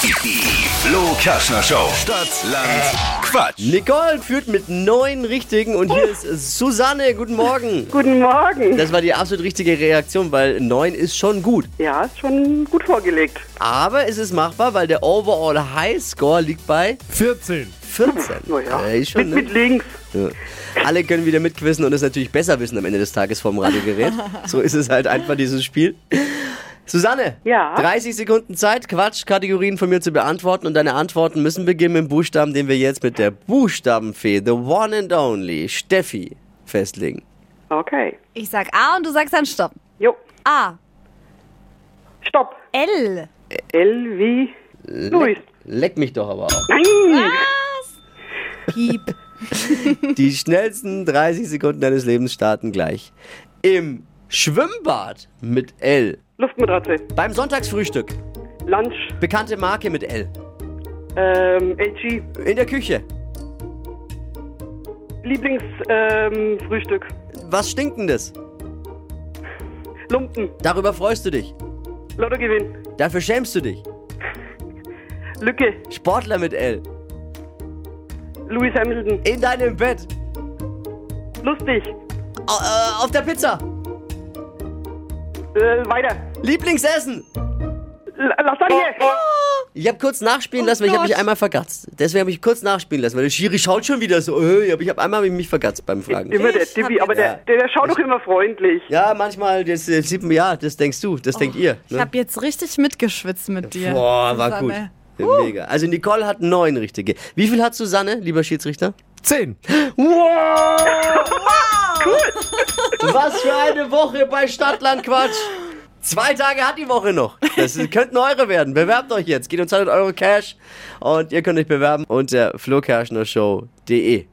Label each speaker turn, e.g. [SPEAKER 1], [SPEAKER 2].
[SPEAKER 1] Die Flo Kaschner Show. Stadt, Land, Quatsch.
[SPEAKER 2] Nicole führt mit neun richtigen und hier ist Susanne. Guten Morgen.
[SPEAKER 3] Guten Morgen.
[SPEAKER 2] Das war die absolut richtige Reaktion, weil neun ist schon gut.
[SPEAKER 3] Ja, ist schon gut vorgelegt.
[SPEAKER 2] Aber es ist machbar, weil der Overall Highscore liegt bei
[SPEAKER 4] 14.
[SPEAKER 2] 14.
[SPEAKER 3] Na ja.
[SPEAKER 2] Äh, ist schon,
[SPEAKER 3] mit,
[SPEAKER 2] ne?
[SPEAKER 3] mit links.
[SPEAKER 2] Ja. Alle können wieder mitquissen und es natürlich besser wissen am Ende des Tages vom Radiogerät. so ist es halt einfach, dieses Spiel. Susanne,
[SPEAKER 3] Ja?
[SPEAKER 2] 30 Sekunden Zeit, Quatschkategorien von mir zu beantworten und deine Antworten müssen beginnen mit dem Buchstaben, den wir jetzt mit der Buchstabenfee, the one and only, Steffi, festlegen.
[SPEAKER 3] Okay.
[SPEAKER 5] Ich sag A und du sagst dann Stopp.
[SPEAKER 3] Jo.
[SPEAKER 5] A.
[SPEAKER 3] Stopp.
[SPEAKER 5] L.
[SPEAKER 3] L wie Luis.
[SPEAKER 2] Leck mich doch aber auch.
[SPEAKER 3] Nein.
[SPEAKER 5] Piep.
[SPEAKER 2] Die schnellsten 30 Sekunden deines Lebens starten gleich. Im Schwimmbad mit L.
[SPEAKER 3] Luftmatratze.
[SPEAKER 2] Beim Sonntagsfrühstück.
[SPEAKER 3] Lunch.
[SPEAKER 2] Bekannte Marke mit L.
[SPEAKER 3] Ähm, LG.
[SPEAKER 2] In der Küche.
[SPEAKER 3] Lieblingsfrühstück. Ähm, Frühstück.
[SPEAKER 2] Was Stinkendes.
[SPEAKER 3] Lumpen.
[SPEAKER 2] Darüber freust du dich.
[SPEAKER 3] Lottogewinn.
[SPEAKER 2] Dafür schämst du dich.
[SPEAKER 3] Lücke.
[SPEAKER 2] Sportler mit L.
[SPEAKER 3] Lewis Hamilton.
[SPEAKER 2] In deinem Bett.
[SPEAKER 3] Lustig.
[SPEAKER 2] Au- äh, auf der Pizza.
[SPEAKER 3] Äh, weiter.
[SPEAKER 2] Lieblingsessen.
[SPEAKER 3] L Lasagne.
[SPEAKER 2] Ich habe kurz
[SPEAKER 5] Oh
[SPEAKER 2] nachspielen lassen, weil ich habe mich einmal vergatzt. Deswegen habe ich kurz nachspielen lassen, weil der Schiri schaut schon wieder so. äh, aber Ich habe einmal mich vergatzt beim Fragen.
[SPEAKER 3] Immer der
[SPEAKER 5] Ich hab
[SPEAKER 3] Tippi, aber der,
[SPEAKER 2] jetzt-
[SPEAKER 3] der, der schaut doch immer freundlich.
[SPEAKER 2] Ja, manchmal, das äh, sieht man, ja, das denkst du,
[SPEAKER 5] Oh,
[SPEAKER 2] das denkt ihr. ne?
[SPEAKER 6] Ich habe jetzt richtig mitgeschwitzt mit dir.
[SPEAKER 2] Boah, war gut.
[SPEAKER 6] Susanne.
[SPEAKER 2] Ja, Mega. Also Nicole hat neun richtige. Wie viel hat Susanne, lieber Schiedsrichter?
[SPEAKER 4] 10.
[SPEAKER 2] Was für eine Woche bei Stadtlandquatsch. Zwei Tage hat die Woche noch. Das ist- könnten eure werden. Bewerbt euch um jetzt. Geht uns 100 Euro Cash und ihr könnt euch bewerben unter flokerschnershow.de.